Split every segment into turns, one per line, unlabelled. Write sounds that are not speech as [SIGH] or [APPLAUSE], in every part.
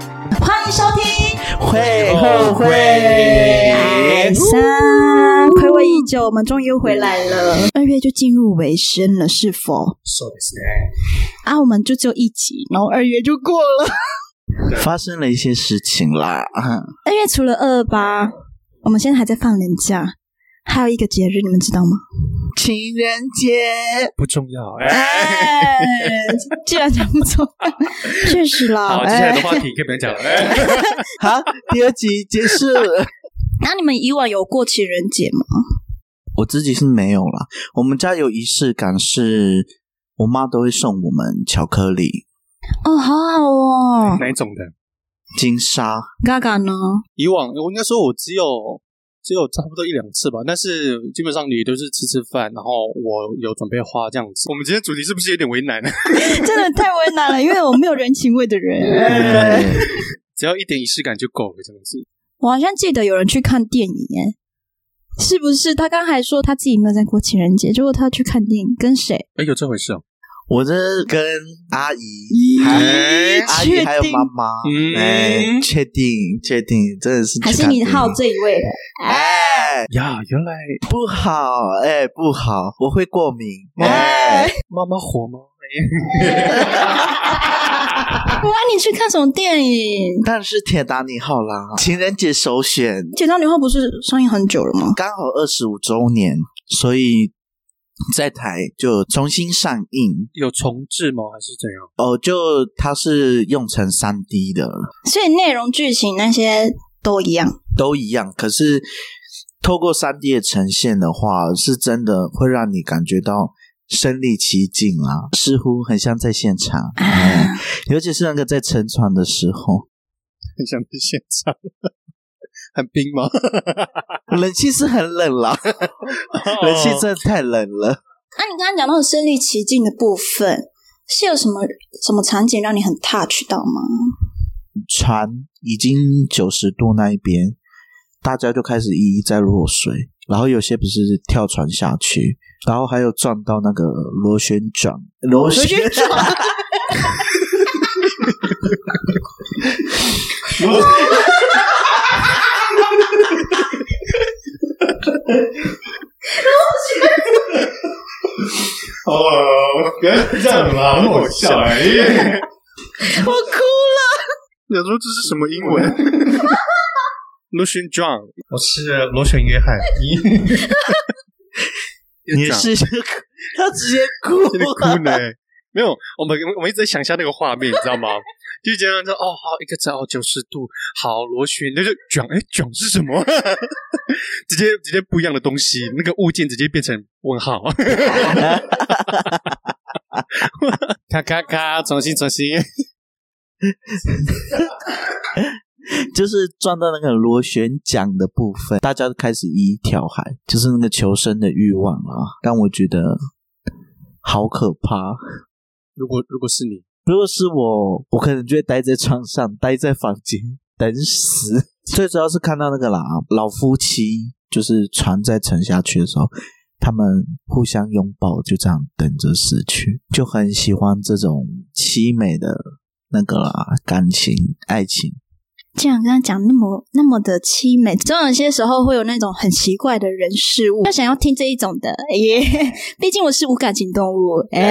迎收听
会后
会
会
哎
三，暌违已久，我们终于又回来了。二月就进入尾声了，是否？
そうですね。
啊，我们就只有一集，然后二月就过了。
发生了一些事情啦，
二月除了二八，我们现在还在放年假，还有一个节日，你们知道吗？
情人节
不重要。哎，
哎，既然讲不错，确实啦。
好，接下来的话题可以不用讲了。哎，
好，第二集结束。
那你们以往有过情人节吗？
我自己是没有啦，我们家有仪式感是，我妈都会送我们巧克力、
哦，好好哦。
哪一种的？
金沙，
嘎嘎呢？
以往我应该说，我只有只有差不多一两次吧，但是基本上你都是吃吃饭，然后我有准备花这样子。我们今天主题是不是有点为 [LAUGHS] 难？
[LAUGHS] 真的太为难了，因为我没有人情味的人。
只要一点仪式感就够了，这样子。
我好像记得有人去看电影，哎，是不是？他刚还说他自己没有在过情人节，结果他去看电影，跟谁？
哎，有这回事哦。
我这跟阿姨、还哎
咦
阿姨还有
啊确定
妈妈，
嗯
哎，确定确定，真的是去
还是
看
你
电影
好这一位的？
哎，
呀，原来
不好，哎，不好，我会过敏，
哎
哎，
妈妈火吗？
哇，你去看什么电影？
但是铁达尼号啦，情人节首选，
《剪刀女后》不是上映很久了吗？
刚好二十五周年，所以在台就重新上映。
有重置吗？还是怎样？
哦，就它是用成三 D 的，
所以内容、剧情那些都一样。
都一样。可是透过三 D 的呈现的话，是真的会让你感觉到身临其境啊，似乎很像在现场，
啊
哎尤其是那个在沉船的时候，
很想去现场， [LAUGHS] 很冰 [LAUGHS] 吗？
冷气是很冷啦，
哦
冷气真的太冷了。
那、你刚刚讲到身临其境的部分，是有什么什么场景让你很 touch 到吗？
船已经九十度那一边，大家就开始一一在落水，然后有些不是跳船下去，然后还有撞到那个螺旋桨，螺旋桨，
[LAUGHS] 哦，不要这样啦，很好笑哎、
[LAUGHS] 我哭了。
想说这是什么英文？Lucian John，我是螺旋约
[LAUGHS]
翰。
你是他直接哭
真的
了
哭呢？没有，我们我们一直在想象那个画面，你知道吗？就觉得说哦，好一个字哦，九十度，好螺旋，那就卷，哎，卷是什么？ [LAUGHS] 直接直接不一样的东西，那个物件直接变成问号。 [LAUGHS] 咔咔咔，重新重新。
就是撞到那个螺旋桨的部分，大家都开始一一跳海，就是那个求生的欲望啊，让我觉得好可怕。
如果如果是你，
如果是我，我可能就会待在床上，待在房间等 [LAUGHS] 死。最主要是看到那个啦，老夫妻就是船在沉下去的时候，他们互相拥抱，就这样等着死去，就很喜欢这种凄美的那个啦感情、爱情。
这样跟他讲那么那么的凄美，总有些时候会有那种很奇怪的人事物，他想要听这一种的耶。 [LAUGHS] 毕竟我是无感情动物，哎、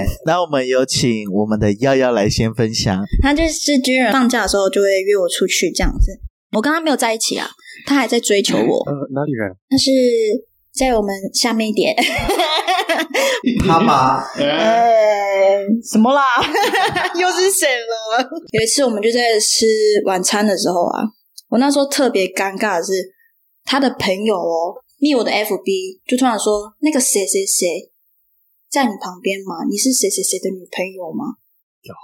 哎，那我们有请我们的耀耀来先分享。
他就是军人放假的时候就会约我出去这样子。我跟他没有在一起啊，他还在追求我，
呃，哪里人？
但是在我们下面一点，
他吗？
哎，什么啦？又是谁了？有一次我们就在吃晚餐的时候啊，我那时候特别尴尬的是，他的朋友哦，密我的 FB，就突然说那个谁谁谁在你旁边吗？你是谁谁谁的女朋友吗？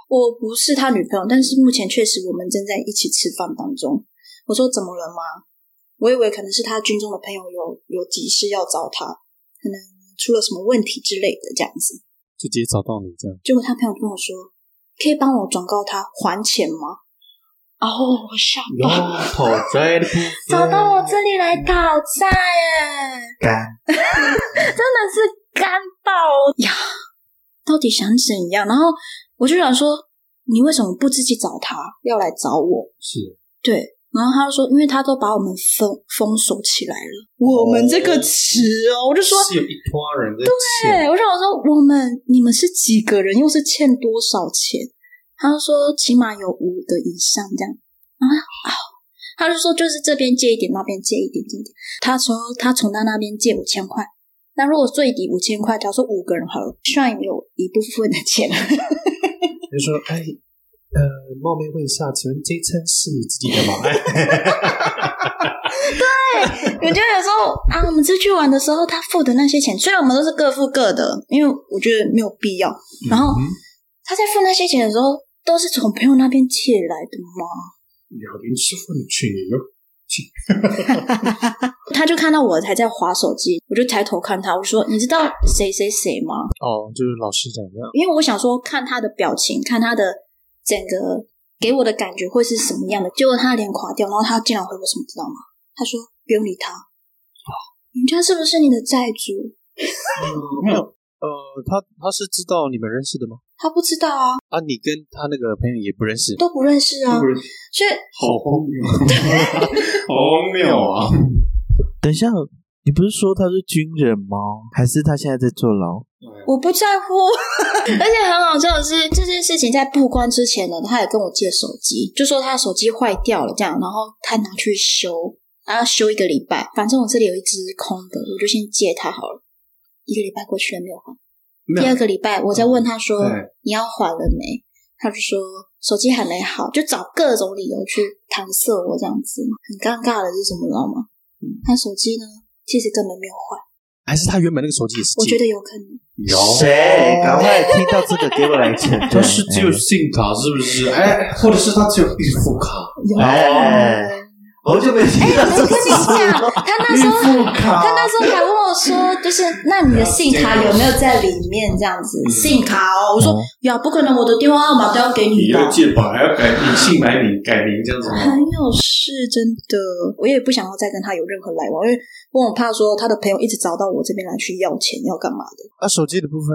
我不是他女朋友，但是目前确实我们正在一起吃饭当中。我说怎么了吗？我以为可能是他军中的朋友有有急事要找他，可能出了什么问题之类的这样子。
就直接找到你这 [GASPS] 样。
结果他朋友跟我说：“可以帮我转告他还钱吗？”然后我吓到，
讨债的部分
找到我这里来讨债哎，
干
真的是干爆呀！到底想怎样？然后我就想说，你为什么不自己找他，要来找我？
是
对。然后他就说，因为他都把我们封封锁起来了，我们这个词哦，我就说，
有一拖人在
对，我想说我们你们是几个人，又是欠多少钱？他就说起码有五个以上这样。然后啊，他就说就是这边借一点，那边借一点，借一点。他从他从他那边借五千块，那如果最底五千块，假如说五个人好了，虽然有一部分的钱， [LAUGHS]
就说：“哎，呃，冒昧问一下，请问这一餐是你自己 [LAUGHS] 的吗？”
我觉得有时候啊，我们出去玩的时候，他付的那些钱，虽然我们都是各付各的，因为我觉得没有必要。然后
嗯
他在付那些钱的时候，都是从朋友那边借来的嘛。
有人吃饭的群友，
他就看到我还在划手机，我就抬头看他，我说：“你知道谁谁谁吗
哦，就是老师讲这样？”，
因为我想说看他的表情，看他的整个给我的感觉会是什么样的。结果他脸垮掉，然后他竟然回我什么，知道吗？他说：“不用理他，哦人家是不是你的债主？
没有，呃，他他是知道你们认识的吗？
他不知道啊，
啊，你跟他那个朋友也不认识，
都不认识啊。
认识，
所以
好荒谬，啊 [LAUGHS] 好荒谬啊！
等一下，你不是说他是军人吗？还是他现在在坐牢？
我不在乎，
[LAUGHS]
而且很好笑的是，这件事情在曝光之前呢，他也跟我借手机，就说他的手机坏掉了，这样，然后他拿去修，然后修一个礼拜，反正我这里有一只空的，我就先借他好了。一个礼拜过去了没有还，
没
第
有
二个礼拜我再问他说
对
你要还了没，他就说手机还没好，就找各种理由去搪塞我这样子，很尴尬的是什么，你知道吗？
嗯
他手机呢，其实根本没有坏，
还是他原本那个手机也是
我
借
觉得有可能。
有
谁？赶快哎 [LAUGHS] 听到这个，给我来钱。
他是只有信卡是不是？哎，或者是他只有预付卡？
有
哎好久没听到
我哎跟你
这个。
讲，他那
预
时候
付卡
他那时候还问我说，就是那你的信卡有没有在里面？这样
嗯
子，信卡哦，我说
哦
呀，不可能，我的电话号码都要给
你
你
要
吧。
借保还要改你姓来名改名这样子
很
吗？
有事，真的，我也不想要再跟他有任何来往，因为我很怕说他的朋友一直找到我这边来去要钱，要干嘛的。
啊，手机的部分，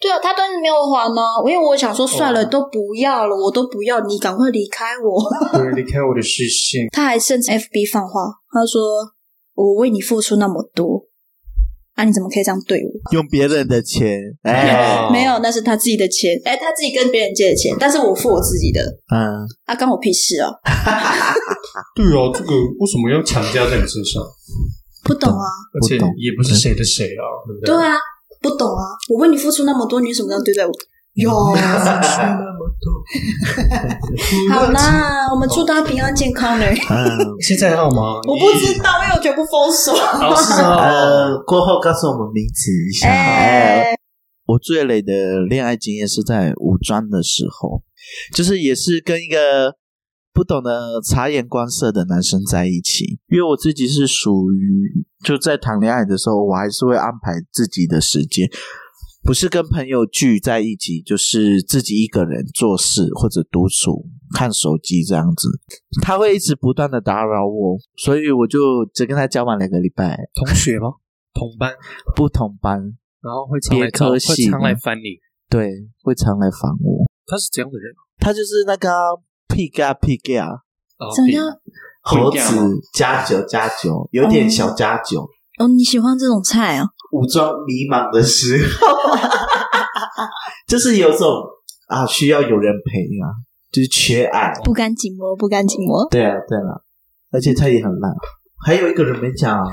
对啊，他当然没有还呢、因为我想说算
哦
了，都不要了，我都不要，你赶快离开我。 [LAUGHS]
有人离开我的视线，
他还甚至 FB 放话，他说我为你付出那么多，啊，你怎么可以这样对我？
用别人的钱，哎，
哦
没有，那是他自己的钱，哎、他自己跟别人借的钱，但是我付我自己的，
嗯，
啊，关我屁事哦，
对哦，这个为什么要强加在你身上？
不懂啊，
而
不
且
懂
也不是谁的谁啊，对不
对啊，不懂啊，我为你付出那么多，你为什么这样对待我？有，
啊
好啦，我们祝他平安健康嘞。
嗯，
现在要吗？
我不知道，因为我全部封锁。
哦，是
[LAUGHS] 呃
啊，，
过后告诉我们名字一下。
哎、
我最累的恋爱经验是在五专的时候，就是也是跟一个不懂得察言观色的男生在一起，因为我自己是属于就在谈恋爱的时候，我还是会安排自己的时间，不是跟朋友聚在一起，就是自己一个人做事或者独处看手机这样子。他会一直不断的打扰我，所以我就只跟他交往两个礼拜，
同学吗？同班，
不同班，
然后会常来
别科
找会
系
常来烦你，
对，会常来烦我。
他是怎样的人？
他就是那个啊屁嘎屁嘎，
啊
怎么样？
猴
会
子
掉吗
加酒加酒，有点小加酒，
哦，你喜欢这种菜啊？
武装迷茫的时候，就是有种啊需要有人陪啊，就是缺爱。
不甘寂寞，不甘寂寞。
对啊，对啊，而且他也很烂。还有一个人没讲啊，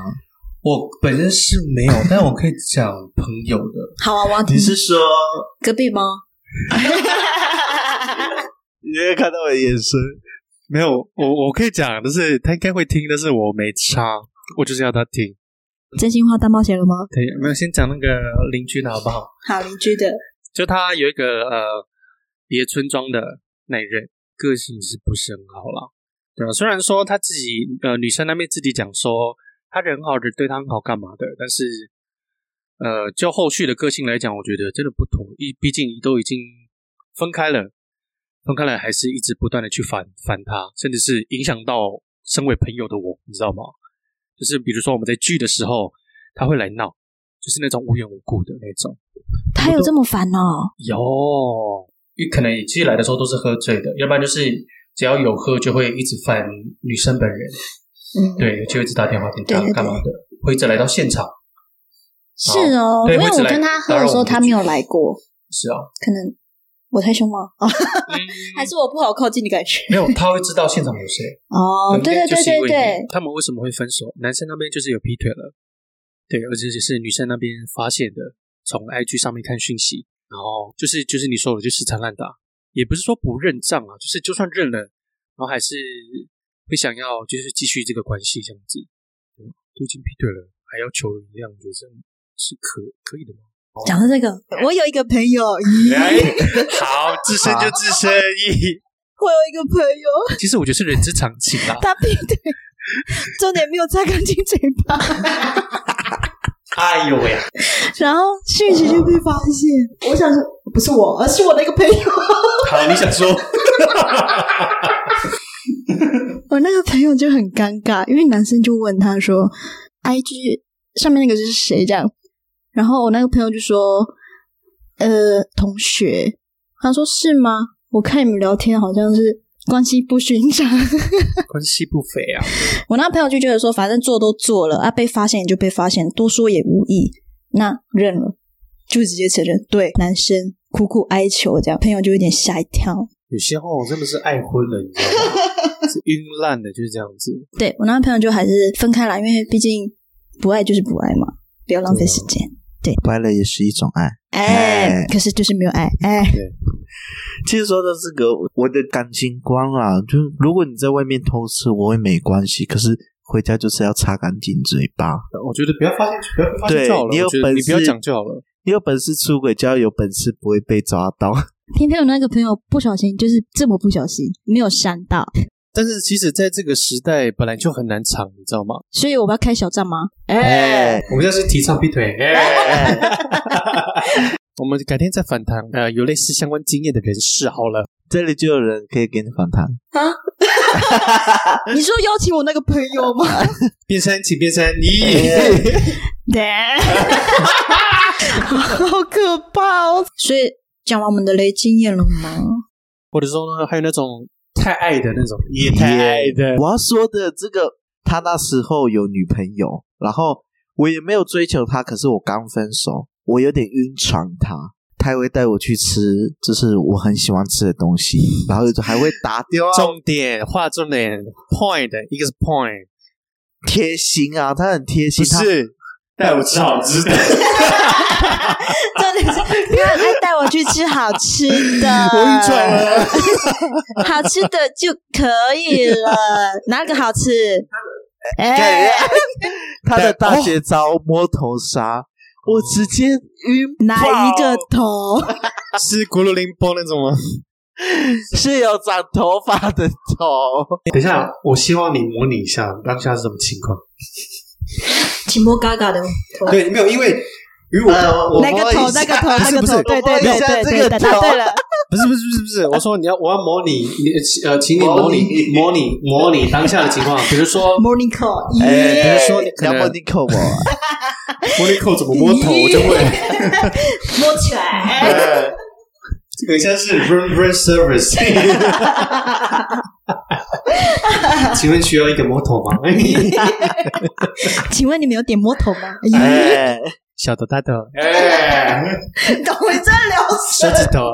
我本身是没有，但我可以讲朋友的。
好啊，我要听
你是说
隔壁吗？
[LAUGHS] 你有没有看到我的眼神？
没有，我我可以讲，但是他应该会听，但是我没差，我就是要他听。
真心话大冒险了吗？
对，没有先讲那个邻居的好不好？
好邻居的，
就他有一个呃别村庄的那一任，个性是不是很好啦？对啊，虽然说他自己呃女生那边自己讲说他人很好的，对他很好干嘛的，但是呃就后续的个性来讲，我觉得真的不同，一毕竟都已经分开了，分开了还是一直不断的去烦烦他，甚至是影响到身为朋友的我，你知道吗？就是比如说我们在聚的时候，他会来闹，就是那种无缘无故的那种。
他有这么烦哦？
有，
可能其实来的时候都是喝醉的，要不然就是只要有喝就会一直烦女生本人，
嗯，
对，就一直打电话给她
对对对
干嘛的，会一直来到现场。
是哦，
对
因为
会一直
我
来
跟他喝的时候他没有来过，
是啊，
可能我太凶吗？哦，
嗯
[LAUGHS] 还是我不好靠近的感觉？
没有，他会知道现场有谁。
哦，对对
就
对
是因
对
为
对，
他们为什么会分手？男生那边就是有劈腿了，对，而且是女生那边发现的，从 IG 上面看讯息，然后就是就是你说的，就死缠烂打，也不是说不认账啊，就是就算认了，然后还是会想要就是继续这个关系这样子，对都已经劈腿了，还要求原谅，我觉得这样是可可以的吗？
讲到这个，我有一个朋友，咦
哎
[LAUGHS] 好，自身就自身。咦
我有一个朋友，
其实我觉得是人之常情啊啦。
他劈腿，重点没有擦干净嘴巴，
哎呦喂、啊，
[LAUGHS] 然后讯息就被发现。我想说，不是我，而是我的一个朋友。
好，你想说，
[LAUGHS] 我那个朋友就很尴尬，因为男生就问他说：“I G 上面那个是谁？”这样，然后我那个朋友就说：“呃，同学。”他说：“是吗？我看你们聊天好像是关系不寻常。”
关系不菲啊，
我那个朋友就觉得说，反正做都做了啊，被发现也就被发现，多说也无益，那认了就直接承认。对，男生苦苦哀求这样，朋友就有点吓一跳。
有些话我真的是爱昏了，你知道吗？是晕烂的，就是这样子。
对我那个朋友就还是分开了，因为毕竟不爱就是不爱嘛，不要浪费时间。
掰了也是一种爱。
哎
哎，
可是就是没有爱，哎，
其实说到这个，我的感情观啦，就是如果你在外面偷吃，我会没关系，可是回家就是要擦干净嘴巴。
[LAUGHS] 我觉得不要发现，不要发现
对
就好了。
你有
我觉得
本
你
事
不要讲就好了。
你有本事出轨，就要有本事不会被抓到。
偏偏我那个朋友不小心，就是这么不小心，没有删到，
但是其实在这个时代本来就很难藏，你知道吗？
所以我们要开小账吗？
哎，
我们这是提倡劈腿。哎
我们改天再反弹，呃，有类似相关经验的人士好了。
这里就有人可以给你反弹。
你说邀请我那个朋友吗？
变身，请变身，你哎
对， [LAUGHS] 好可怕哦！所以讲完我们的雷经验了 [LAUGHS] 吗？
或者说呢，还有那种太爱的那种，也的
我要说的这个，他那时候有女朋友，然后我也没有追求他，可是我刚分手，我有点晕船他。他还会带我去吃，就是我很喜欢吃的东西，然后还会打电话
重点，划重点，point，一个是 point，
贴心啊，他很贴心，
不
他
是带我吃好 [LAUGHS] 吃的。
真的是，因为还带我去吃好吃的，
了。
好吃的就可以 [LAUGHS] 了，哪个好吃？哎、 [LAUGHS]
他的大学招摸头杀，我直接晕爆
哪一个头？
[LAUGHS] 是咕噜林波那种吗？
是有长头发的头？
等一下，我希望你模拟一下当下是什么情况。
请摸嘎嘎的头
对，没有，因为因为我、我
那个头，那个头，那个头，对对对对对，答对了。
不是不是不是不
[LAUGHS]
是，我说你要我要模拟你呃，请你模
模
拟
拟
模拟模拟当下的情况，比如说
Morning call，
哎，
比如说你可
梁
能
伯尼口 [LAUGHS] 我，啊
摸你扣怎么摸头，我就问。
摸起来。
哎这个像是 room r e service。请问需要一个摸头吗？ [LAUGHS]
请问你们有点摸头吗？
哎，
[LAUGHS] 小头大头
哎，
[LAUGHS] 懂我在聊
手指头，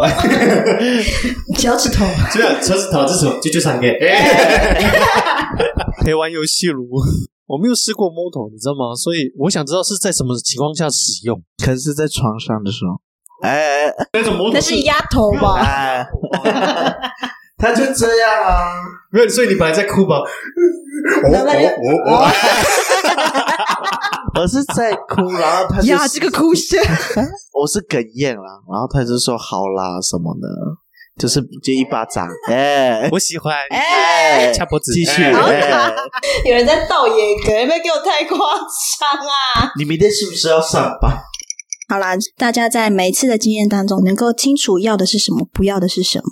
[LAUGHS] 脚趾头，
这样手指头这种就就三个。哎，
陪玩游戏炉。我没有试过摸头，你知道吗？所以我想知道是在什么情况下使用。
可能是在床上的时候，哎哎
那种摸头
那是鸭头吧？ [LAUGHS]
哎，他就这样啊，
没有，所以你本来在哭吧？我我我我，
我是在哭，然后他就
呀，这个哭声，
[LAUGHS] 我是哽咽啦，然后他就说好啦什么的，就是就一巴掌，哎
我喜欢
哎，
掐脖子，
继续，
哎
哎
有人在倒野格，有没有给我太夸张啊？
你明天是不是要上班？
[LAUGHS] 好啦，大家在每一次的经验当中，能够清楚要的是什么，不要的是什么。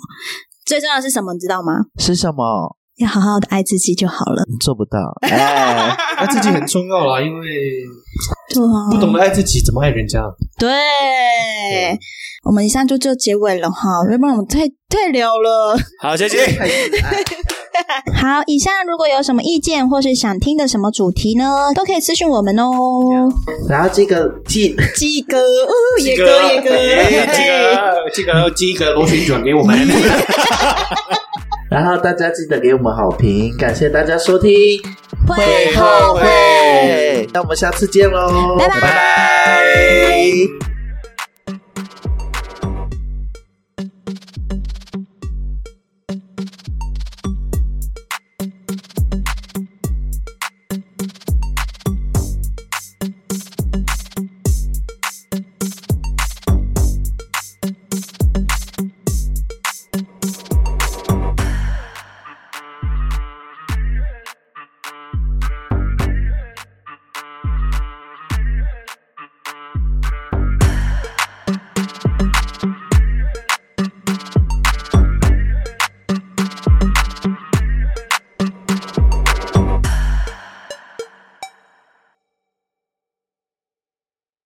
最重要的是什么，你知道吗？
是什么？
要好好的爱自己就好了。
[LAUGHS] 你做不到，哎。
那自己很重要啦，因为
对啊，
不懂得爱自己，怎么爱人家？
对，我们以上就就结尾了哈，要不然我们太太聊 [LAUGHS] 了。
好，谢谢。
好，以上如果有什么意见或是想听的什么主题呢，都可以私讯我们哦。
然后这个记
鸡哥，哦，野哥，野哥，
个这个这个螺旋转给我们。
然后大家记得给我们好评，感谢大家收听，
会后会。
那我们下次见喽，
拜拜
拜